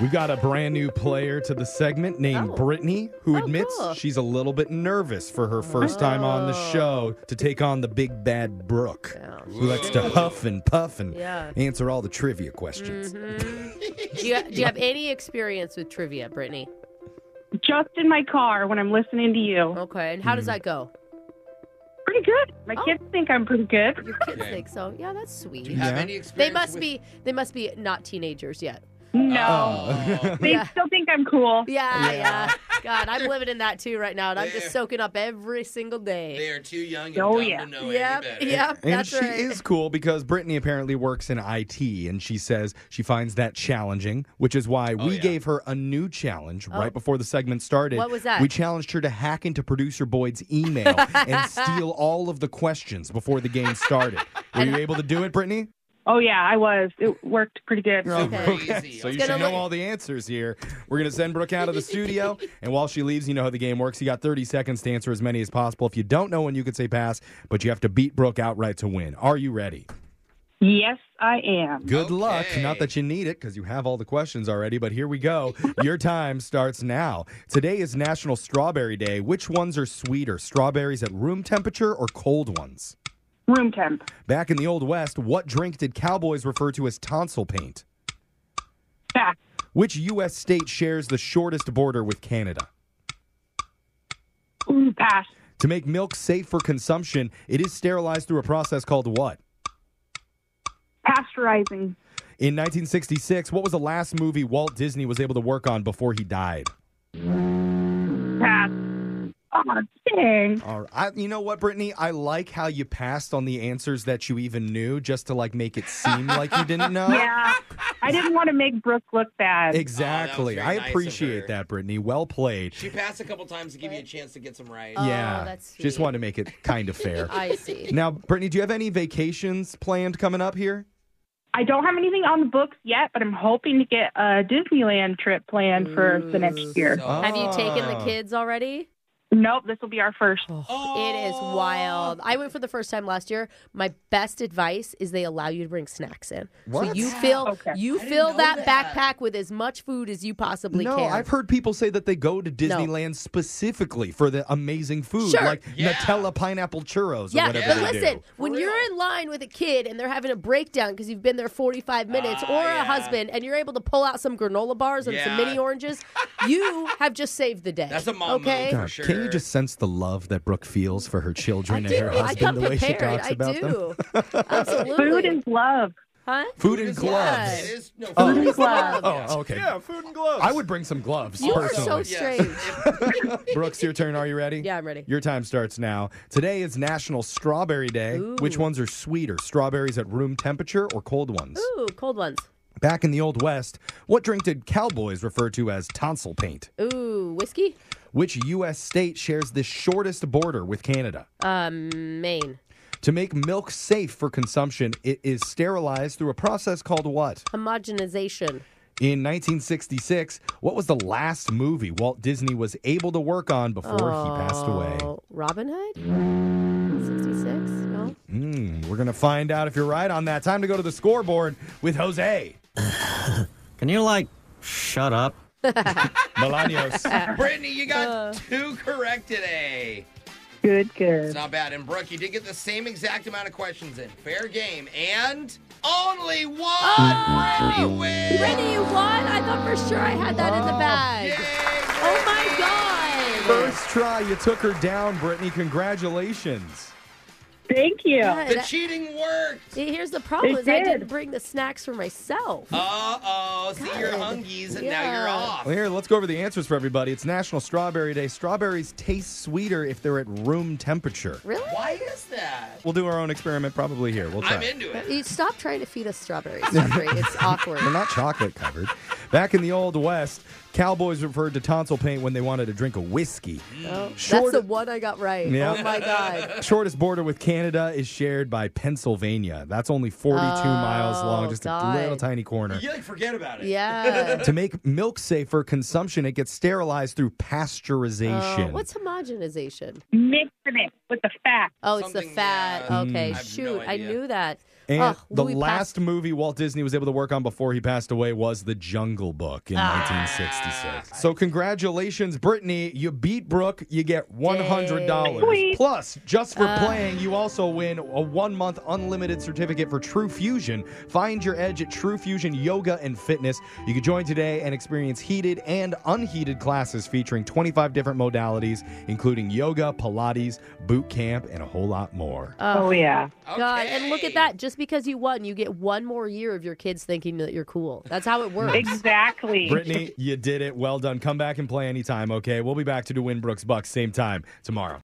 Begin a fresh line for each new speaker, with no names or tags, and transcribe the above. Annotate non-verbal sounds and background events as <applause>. We've got a brand new player to the segment named
Oh.
Brittany, who
Oh,
admits
cool. Oh.
she's a little bit nervous for her first time on the show to take on the big bad Brooke,
Yeah.
who likes to huff and puff and
Yeah.
answer all the trivia questions.
Mm-hmm. Do you, do you have any experience with trivia, Brittany?
Just in my car when I'm listening to you.
Okay, and how
Mm.
does that go?
Pretty good. My
Oh.
kids think I'm pretty good.
Your kids
Okay.
think so. Yeah, that's sweet.
Do you have
Yeah.
any
They
experience?
must
with-
be they must be not teenagers yet.
No.
Oh.
They
Yeah.
still think I'm cool.
Yeah, yeah. God, I'm living in that too right now, and I'm just
There.
soaking up every single day.
<laughs> they are too young and
Oh,
dumb
yeah.
to know
yep,
any better.
yep,
And
that's
she
right.
is cool because Brittany apparently works in IT and she says she finds that challenging, which is why
Oh,
we
yeah.
gave her a new challenge
Oh.
right before the segment started.
What was that?
We challenged her to hack into producer Boyd's
<laughs>
email and steal all of the questions before the game started. Were you able to do it, Brittany?
Oh, yeah, I was. It worked pretty good.
Super easy.
So you
It's
should
gonna
know
look-
all the answers here. We're going to send Brooke out of the
<laughs>
studio. And while she leaves, you know how the game works. You got 30 seconds to answer as many as possible. If you don't know when you could say pass, but you have to beat Brooke outright to win. Are you ready?
Yes, I am.
Good luck.
Okay.
Not that you need it because you have all the questions already, but here we go. <laughs> Your time starts now. Today is National Strawberry Day. Which ones are sweeter, strawberries at room temperature or cold ones?
Room temp.
Back in the Old West, what drink did cowboys refer to as tonsil paint?
Back.
Which U.S. state shares the shortest border with Canada?
Ooh, pass.
To make milk safe for consumption, it is sterilized through a process called what?
Pasteurizing.
In 1966, what was the last movie Walt Disney was able to work on before he died?
Pass. Oh,
<laughs>
dang.
All right. I, you know what, Brittany? I like how you passed on the answers that you even knew just to like make it seem
<laughs>
like you didn't know.
Yeah. I didn't want to make Brooke look bad.
Exactly.
Oh,
I
Oh, that was very nice of
appreciate
her.
that, Brittany. Well played.
She passed a couple times to give you a chance to get some right.
Oh,
yeah.
that's
Just
sweet.
wanted to make it kind of
<laughs>
fair. <laughs>
I see.
now, Brittany, do you have any vacations planned coming up here?
I don't have anything on the books yet, but I'm hoping to get a Disneyland trip planned for the next year.
So-
Have you taken the
Oh.
Ah.
kids already?
Nope, this will be our first.
Oh.
It is wild. I went for the first time last year. My best advice is they allow you to bring snacks in. So
What?
you fill
Okay.
you
I didn't
fill
know
that,
that.
backpack with as much food as you possibly
No,
can.
I've heard people say that they go to Disneyland specifically for the amazing food,
Sure.
like
Yeah.
Nutella pineapple churros or
yeah,
whatever
but
they
listen,
do.
when
For
you're
real.
in line with a kid and they're having a breakdown because you've been there 45 minutes
Ah,
or a
yeah.
husband and you're able to pull out some granola bars and some
Yeah.
mini oranges, you have just saved the day.
That's a mom
Okay?
move.
God,
For
Can Uh, you
sure.
just sense the love that Brooke feels for her
I
children and
do.
her
I come
husband, the way she
prepared.
talks
I
about them? <laughs>
do. Absolutely.
Food is love.
huh?
Food and gloves.
It is no
Oh.
food is
Gloves.
Oh, okay.
Yeah, food and gloves.
I would bring some gloves
You are so
personally.
strange.
Brooks, your turn. Are you ready?
Yeah, I'm ready.
Your time starts now. Today is National Strawberry Day.
Ooh.
Which ones are sweeter, strawberries at room temperature or cold ones?
Ooh, cold ones.
Back in the Old West, what drink did cowboys refer to as tonsil paint?
Ooh, whiskey?
Which U.S. state shares the shortest border with Canada?
Um, Maine.
To make milk safe for consumption, it is sterilized through a process called what?
Homogenization.
In 1966, what was the last movie Walt Disney was able to work on before he passed away?
Oh, Robin Hood? 66? No?
Mm, we're going to find out if you're right on that. Time to go to the scoreboard with Jose
Can you, like, shut up?
Melanios.
Brittany, you got
Uh.
two correct today.
Good,
It's
good.
not bad. And Brooke, you did get the same exact amount of questions in. Fair game. And only one
Oh.
Brittany wins.
Brittany, you won? I thought for sure I had that in the bag.
Yay,
Oh my
Brittany.
God.
First try, you took her down, Brittany. Congratulations.
Thank you.
God,
The
I-
cheating worked.
See, here's the problem
It
is I didn't
did.
bring the snacks for myself.
Uh oh. See your hungies, and now you're
Yeah.
off.
Well, here, let's go over the answers for everybody. It's National Strawberry Day. Strawberries taste sweeter if they're at room temperature.
Really?
Why is that?
We'll do our own experiment probably here. We'll try.
I'm into it.
You stop trying to feed us strawberries. Audrey. it's awkward.
They're not chocolate covered. Back in the Old West, cowboys referred to tonsil paint when they wanted to drink a whiskey.
Oh,
Short-
That's the one I got right.
Yeah.
Oh my
<laughs>
God.
Shortest border with Canada is shared by Pennsylvania. That's only 42
Oh,
miles long, just
God.
a little tiny corner.
You like forget about it.
Yeah.
To make milk safe for consumption, it gets sterilized through pasteurization.
Oh, what's homogenization?
Mixing it with the facts.
Oh, it's
Something,
the fat.
yeah.
okay,
I have no
shoot. I
idea.
knew that.
And
Ugh,
the
Louis
last
Pasteur.
movie Walt Disney was able to work on before he passed away was The Jungle Book in 1966. So congratulations, Brittany. You beat Brooke. You get $100.
Sweet.
Plus, just for playing, you also win a one-month unlimited certificate for True Fusion. Find your edge at True Fusion Yoga and Fitness. You can join today and experience heated and unheated classes featuring 25 different modalities, including yoga, Pilates, boot camp, and a whole lot more.
Oh yeah.
God, and look
Okay.
at that. Just because you won, you get one more year of your kids thinking that you're cool. That's
<laughs>
how it works.
Exactly.
Brittany, you did it. Well done. Come back and play anytime, okay? We'll be back to do Win Brooks Bucks same time tomorrow.